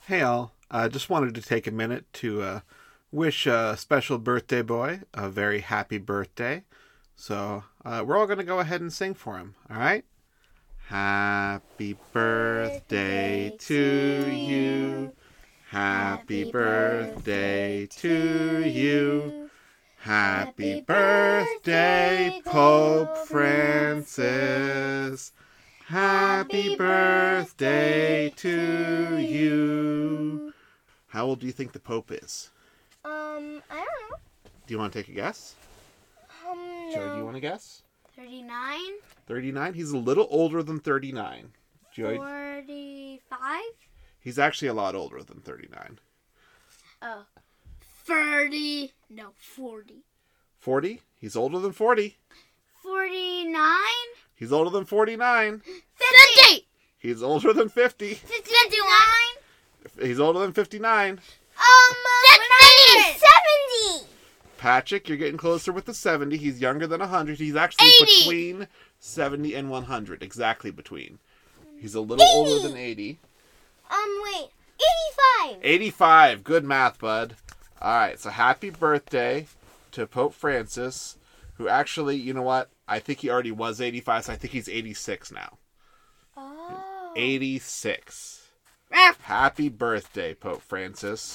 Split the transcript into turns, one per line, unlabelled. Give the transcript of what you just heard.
Hey, all. I just wanted to take a minute to uh, wish a special birthday boy a very happy birthday. So uh, we're all going to go ahead and sing for him, all right? Happy birthday to you. Happy birthday to you. Happy birthday, Pope Francis. Happy birthday to you. How old do you think the Pope is?
Um, I don't know.
Do you want to take a guess?
Um,
Joey, do you want to guess?
39?
39? He's a little older than 39. Joey,
45?
he's actually a lot older than 39.
Oh. 30. No, 40.
40? He's older than 40.
49?
He's older than 49.
50!
He's older than 50.
51?
He's older than 59.
Um, 70!
Patrick, you're getting closer with the 70. He's younger than 100. He's actually
80.
between 70 and 100. Exactly between. He's a little older than 80.
Um, wait. 85!
85. Good math, bud. All right. So happy birthday to Pope Francis, who actually, you know what? I think he already was 85, so I think he's 86 now.
Oh.
86.
Raph.
Happy birthday, Pope Francis.